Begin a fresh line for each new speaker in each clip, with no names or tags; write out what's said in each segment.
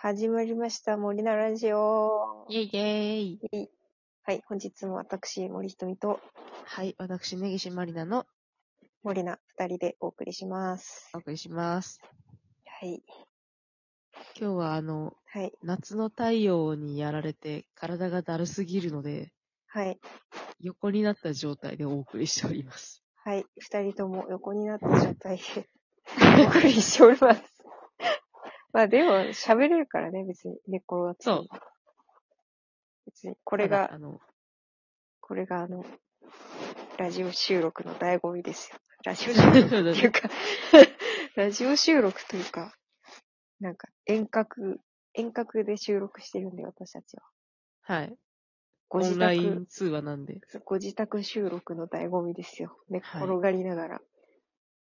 始まりました。森のラジオ。
イェイイェイ。
はい、本日も私、森ひとみと
はい、私、根岸まりなの
森菜二人でお送りします。
お送りします。
はい。
今日はあの、
はい。
夏の太陽にやられて体がだるすぎるので、
はい。
横になった状態でお送りしております。
はい。二人とも横になった状態でお送りしております。まあでも、喋れるからね、別に。寝っ転がって。
そう。
別に、こ
こ
れ
あ
が、
の、
これがあの、ラジオ収録の醍醐味ですよ。ラジオ収録っていう か、ラジオ収録というか、なんか遠隔、遠隔で収録してるんで、私たちは。
はい。
ご
オ
自
ンライ
宅
ン、通話なんで。
ご自宅収録の醍醐味ですよ。寝っ
はい
転がりながら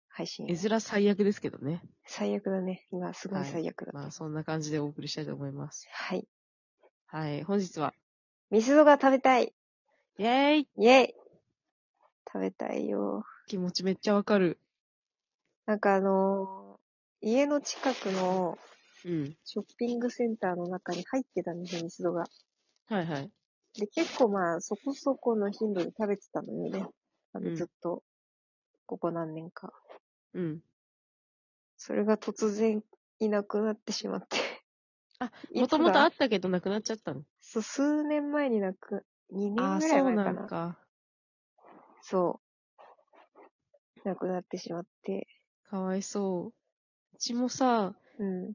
配信。
絵面最悪ですけどね。
最悪だね。今、すごい
はい
最悪だ。
まあ、そんな感じでお送りしたいと思います。
はい。
はい。本日は、
ミスドが食べたい
イェイ
イェイ食べたいよ。
気持ちめっちゃわかる。
なんかあのー家の近くの
うん。
ショッピングセンターの中に入ってたんですよ、ミスドが。
はいはい。
で、結構まあ、そこそこの頻度で食べてたのよね。あ
う
の、
ん
ずっと、ここ何年か。
うん。
それが突然いなくなってしまって。
あ、
い
も
つだ
ともとあったけどなくなっちゃったの。
そう、数年前になく、2年ぐ
あ
ら
ー、そ
いう前
な
かな。
んか。
そう。なくなってしまって。
かわいそう。うちもさ、
うん。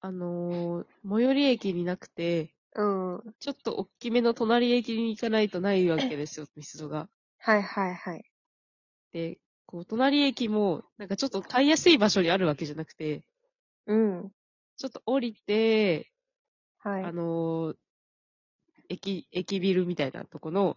あのー最寄り駅になくて、
うん。
ちょっと大きめの隣駅に行かないとないわけですよ、ミスドが。
はいはいはい。
で、こう、隣駅も、なんかちょっと買いやすい場所にあるわけじゃなくて、
うん。
ちょっと降りて、
はい。
あのー駅、駅ビルみたいなとこの、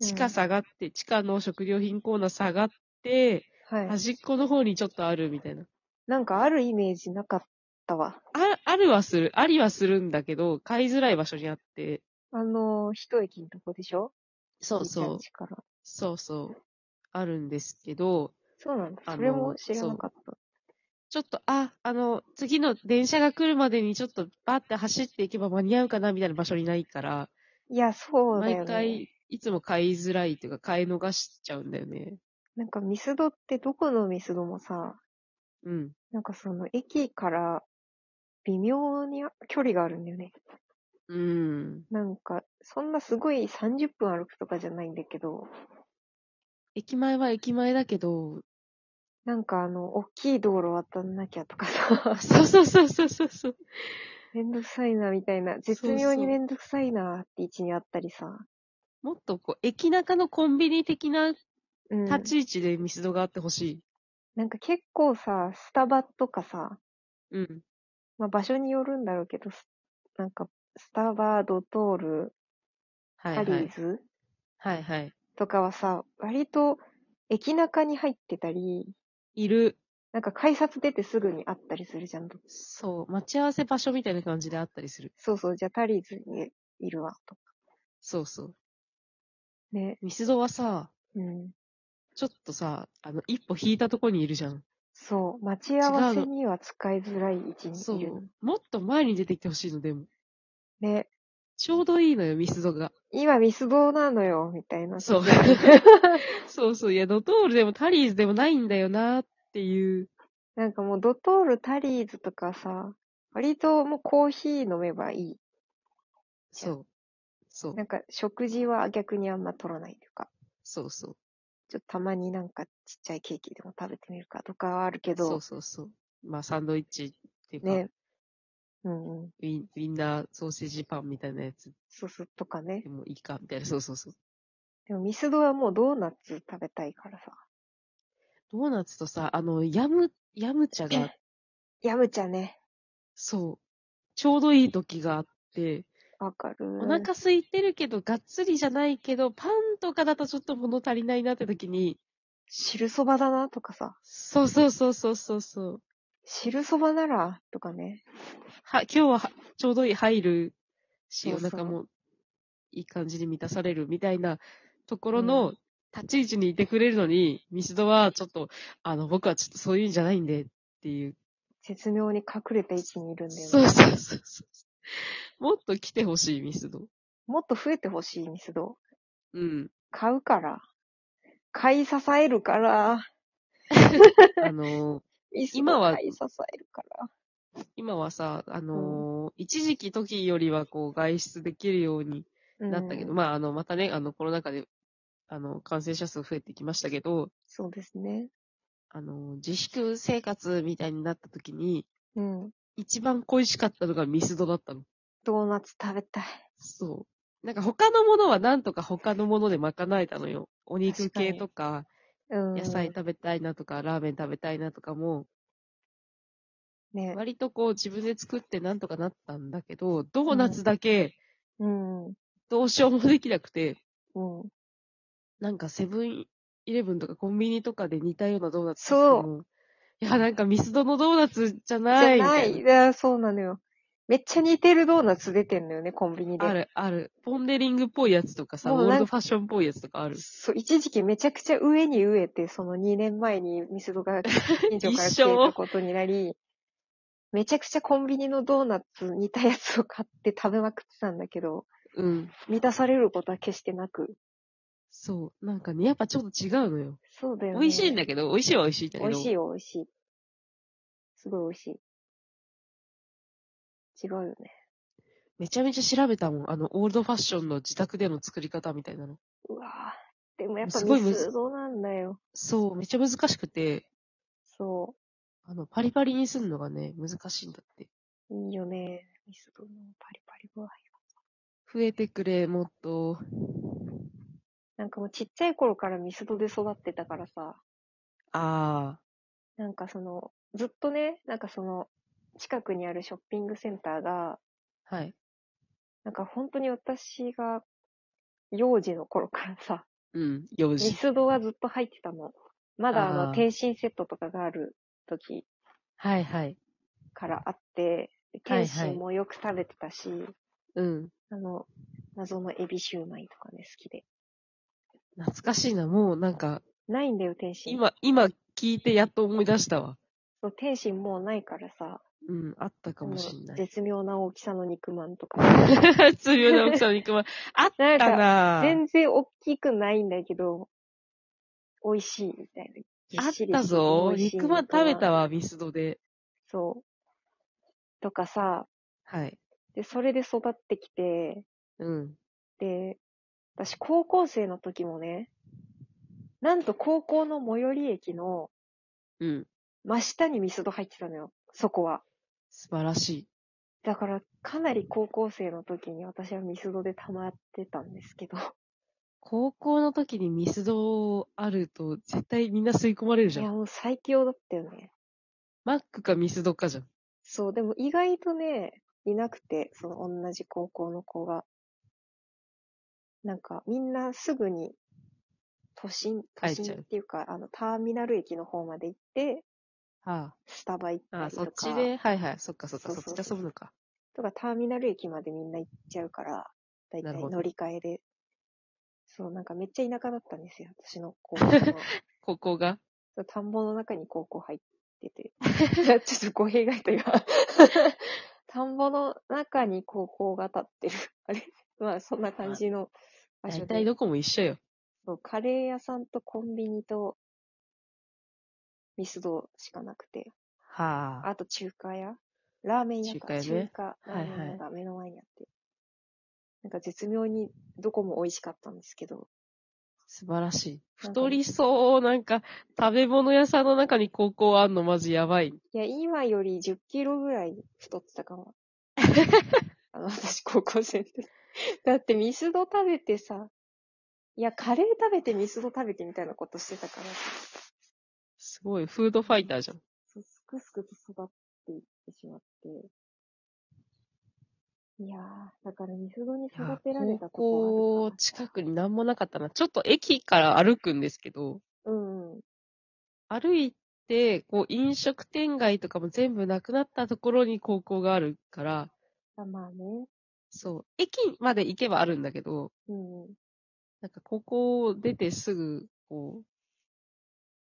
地下下がって、地下の食料品コーナー下がって、
はい。
端っこの方にちょっとあるみたいな。
なんかあるイメージなかったわ。
あ、あるはする、ありはするんだけど、買いづらい場所にあって、
あのー、一駅のとこでしょ
そう
じいちゃ
そ
ん
う。
家から
そうそう。あるんですけど、
そうなんだ。
あのー
それも知らなかった。
ちょっと、あ、あの、次の電車が来るまでにちょっとバーって走っていけば間に合うかなみたいな場所にないから、
いや、そうだよね。
毎回、いつも買いづらいというか、買い逃しちゃうんだよね。
なんかミスドってどこのミスドもさ、
うん。
なんかその駅から微妙に距離があるんだよね。
うん。
なんか、そんなすごい30分歩くとかじゃないんだけど、
駅前は駅前だけど、
なんかあの、大きい道路渡んなきゃとかさ、
そうそうそうそうそうそう。
めんどくさいなみたいな、絶妙にめんどくさいなって位置にあったりさ。
もっとこう、駅中のコンビニ的な
うん。
立ち位置でミスドがあってほし
なんか結構さ、スタバとかさ、
い。うん。
まあ場所によるんだろうけど、すなんか、スタバ、ドトール、
はい
ハ
は
リ
い
ー。ズ
はいはい。
とかはさ、割と駅中に入ってたり、
いる。
なんか改札出てすぐにあったりするじゃん。
そう。待ち合わせ場所みたいな感じであったりする。
そうそう、じゃあタリーズにいるわ、とか。
そうそう。
ね。
ミスドはさ、
うん。
ちょっとさ、あの、一歩引いたとこにいるじゃん。
そう、待ち合わ
違
せ
うの
には使いづらい位置に
そ
いる。
う。もっと前に出てきてほしいの、でも。
ね。
ちょうどいいのよ、ミスドが。
今ミスドなのよ、みたいな。
そう。 そうそう。いや、ドトールでもタリーズでもないんだよな、っていう。
なんかもうドトール、タリーズとかさ、割ともうコーヒー飲めばいい。
そう。そう
な。んか食事は逆にあんま取らないというか、
そうそう。
ちょっとたまになんかちっちゃいケーキでも食べてみるかとかはあるけ
そ
ど
う、そうそう。まあ、サンドイッチっていうか、
ね。うんうん。
ウィン、ウィンナーソーセージパンみたいなやつ
そうそう、とかね
で。もいいか、みたいな。そうそうそう。
でもミスドはもうドーナツ食べたいからさ。
ドーナツとさ、あの、ヤム、ヤムチャが、
ヤムチャね。
そう。ちょうどいい時があって、
わかる。
お腹空いてるけど、がっつりじゃないけど、パンとかだとちょっと物足りないなって時に、
汁そばだなとかさ。
そうそうそうそうそうそう。
汁そばなら、とかね。
は、今日ははちょうどいい入るし、
そう
お
そう
腹もいい感じに満たされるみたいなところの立ち位置にいてくれるのに、ミスドはちょっと、あの、僕はちょっとそういうんじゃないんでっていう
絶妙に隠れた位置にいるんだよね。
そうそうそうそう。もっと来てほしい、ミスド。
もっと増えてほしいミスド。
うん。
買うから。買い支えるから。
あのー
ミスド
今は
買い支えるから。
今はさ、あのー一時期時よりはこう外出できるように
うん
なったけど、まあ、あの、またね、あの、コロナ禍で、あの、感染者数増えてきましたけど、
そうですね。
あの、自粛生活みたいになった時に、
うん。
一番恋しかったのがミスドだったの。
ドーナツ食べたい。
そう。なんか他のものはなんとか他のもので賄えたのよ。お肉
確かに
系とか、
うん。
野菜食べたいなとか、ラーメン食べたいなとかも、
ね。
割とこう自分で作ってなんとかなったんだけど、ドーナツだけ
うん。う
どうしようもできなくて、
ん。
なんかセブンイレブンとかコンビニとかで似たようなドーナツ
そう
う。いや、なんかミスドのドーナツじゃ
じゃ
ない。
な
みた
い。
い
やそうなのよ。めっちゃ似てるドーナツ出てんのよね、コンビニで。
なある、ある。ポンデリングっぽいやつとかさ、
もう
オ
なん
ールドファッションっぽいやつとかある。
そう、一時期めちゃくちゃ上に植えて、その2年前にミスド が近所から
一
消
緒
えたことになり、めちゃくちゃコンビニのドーナツ似たやつを買って食べまくってたんだけど、
うん。
満たされることは決してなく。
そう。なんかね、やっぱちょっと違うのよ。
そうだよね。
美味しいん
だ
だけど、美味しいは美味しいんだけ
美
ど。
味しいよ、美味しい。すごい美味しい。違うよね。
めちゃめちゃ調べたもん。あの、オールドファッションの自宅での作り方みたいなの。
うわぁ。でもやっぱ
すごい
ミ
むず
スドなんだよ。
そう、めっちゃ難しくて、
そ
あの、パリパリにすんのがね、難しいんだって。
う。いいよね。ミスドのパリパリ具合。
増えてくれ、もっと。
なんかもうちっちゃい頃からミスドで育ってたからさ。
あ
なんかその、ずっとね、なんかその、近くにあるショッピングセンターが、
あ、はい。
なんか本当に私が、幼児の頃からさ、
うん、よ
ミ
し。
スドはずっと入ってたの。まだあの、
あー
天津セットとかがある時
はいはい。
からあって、で
はいは
天
い
津もよく食べてたし、
うん。
あの、謎のエビシューマイとかね、好きで。
懐かしいな、もうなんか、
ないんだよ、天津。
今、今聞いてやっと思い出したわ。
そう天津もうないからさ、
うん、あったか
あの
もしんない。
絶妙な大きさの肉まんと か。
通妙な大きさの肉まん。あったなぁ。
全然大きくないんだけど、美味しいみたいな。
あ
ぎ
っ
しり
たぞ。
美味しい
肉まん食べた
わ。
わ、ミスドで。
そう。とかさ、
はい。
で、それで育ってきて、
うん。
で、私高校生の時もね、なんと高校の最寄り駅の
うん。
真下にミスド入ってたのよ、そこは。
素晴らしい。
だから、かなり高校生の時に私はミスドで溜まってたんですけど。
高校の時にミスドあると、絶対みんな吸い込まれる
い
じゃ
や、
ん。
もう最強だったよね。
マックかミスドかじゃん。
そう、でも意外とね、いなくて、その同じ高校の子が。なんか、みんなすぐに、都心、都
帰っちゃう
心っていうか、あの、ターミナル駅の方まで行って、
は
スタバ行っ
あ。あ
た
あ、
りと
そ
か、
っちで、はいはい。そっかそっか、
そうそ
そ
う
っ
そう
ちで遊ぶのか。
とか、ターミナル駅までみんな行っちゃうから、だいた
ないるほど
乗り換えで。そう、なんかめっちゃ田舎だったんですよ、私の高校の。
高校が。
そう田んぼの中に高校入ってて。 いやちょっと語弊がいた 今。田んぼの中に高校が立ってる。 あれまあそんな感じの場所
大体
で。
どこも一緒よ。
そうカレー屋さんとコンビニとミスドしかなくて。
はあ。
あと中華屋ラーメン屋か。
中華屋ね
中華ラ
は
ー
いは
メ
い
ン屋が目の前にあって。なんか絶妙にどこも美味しかったんですけど。
素晴らしい。
なんか
太りそう。なんか、食べ物屋さんの中に高校あんのマジやばい。
いや、今より10キロぐらい太ってたか も。あの、私高校生の時。 だってミスド食べてさ、いや、カレー食べてミスド食べてみたいなことしてたから、
すごい。フードファイターじゃん。
そうすくすくと育っていってしまって。いやー、だからミスドに
いや
育てられた
高
とこはあ
校
るか
近くになんもなかったな。ちょっと駅から歩くんですけど、
な。うんうん。
歩いて、こう飲食店街とかも全部なくなったところに高校があるから、
あまあね。
そう、駅まで行けばあるんだけど、
うんうん。
なんか高校を出てすぐ、こう、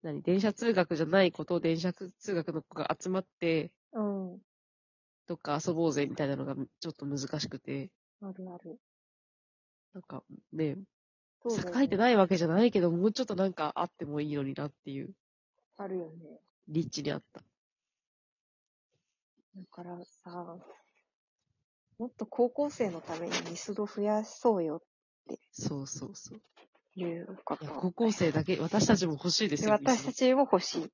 何、電車通学じゃないことを電車通学の子が集まって、
うん。
どっか遊ぼうぜみたいなのがちょっと難しくて、
あるある。
なんかね、
そうだよね
栄えてないわけじゃないけど、もうちょっとなんかあってもいいのになっていう、
あるよね。
立地にあった。
だからさ、もっと高校生のためにミスド増やそうよっ
そうそうそう。
ていうこ
い
と。
や、高校生だけ、私たちも欲しいです
で
よ。
私た
ち。
ちも欲しい。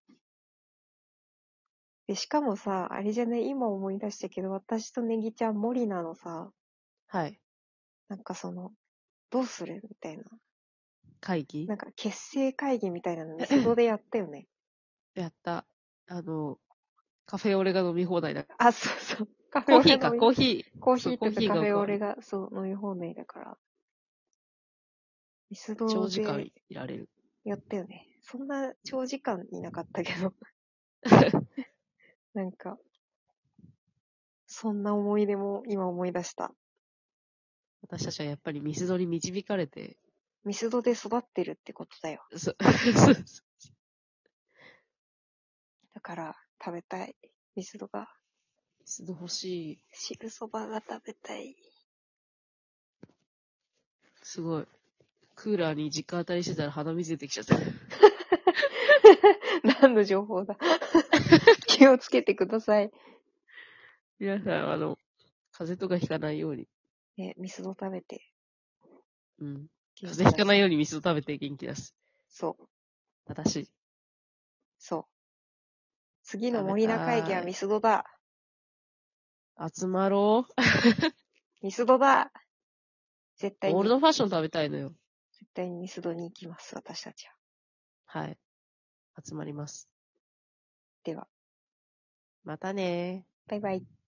で、しかもさ、あれじゃね、今思い出したけど、私とネギちゃん、森なのさ、
はい。
なんかその、どうするみたいな。
会議
なんか結成会議みたいなのミスドでやったよ ね。
やった。あの、カフェオレが飲み放題だ。
あ、そうそう。カフ
コ
ェ
ー
オレ
ヒ
飲
ーか、
み
コーヒー。
コーヒー
そう
と
コーヒー
か
が
カフェオレが、そう、飲み放題だから。ミスド
長時間
で
いられる。
やったよね。そんな長時間いなかったけ ど。なんか、そんな思い出も今思い出した。
私たちはやっぱりミスドに導かれて、
ミスドで育ってるってことだよ。
そそう
だから、食べたい。ミスドが。
ミスド欲しい。
汁そばが食べた い。
すごい。クーラーに直当たりしてたら鼻水出てきちゃった。
何の情 報だ。気をつけてください。
皆さん、あの、風邪とかひかないように。
ね、ミスド食べて。
うん。
気をつけ。
風邪ひかないいようにミスド食べて元気出す。
そう、
正しい。
そう。次の森菜会議はミスドだ。
集まろう。
ミスドだ絶対
オール
に、
ドファッション食べたいのよ。
絶対にミスドに行きます、私たちは。
はい。集まります。
では、
またねー。
バイバイ。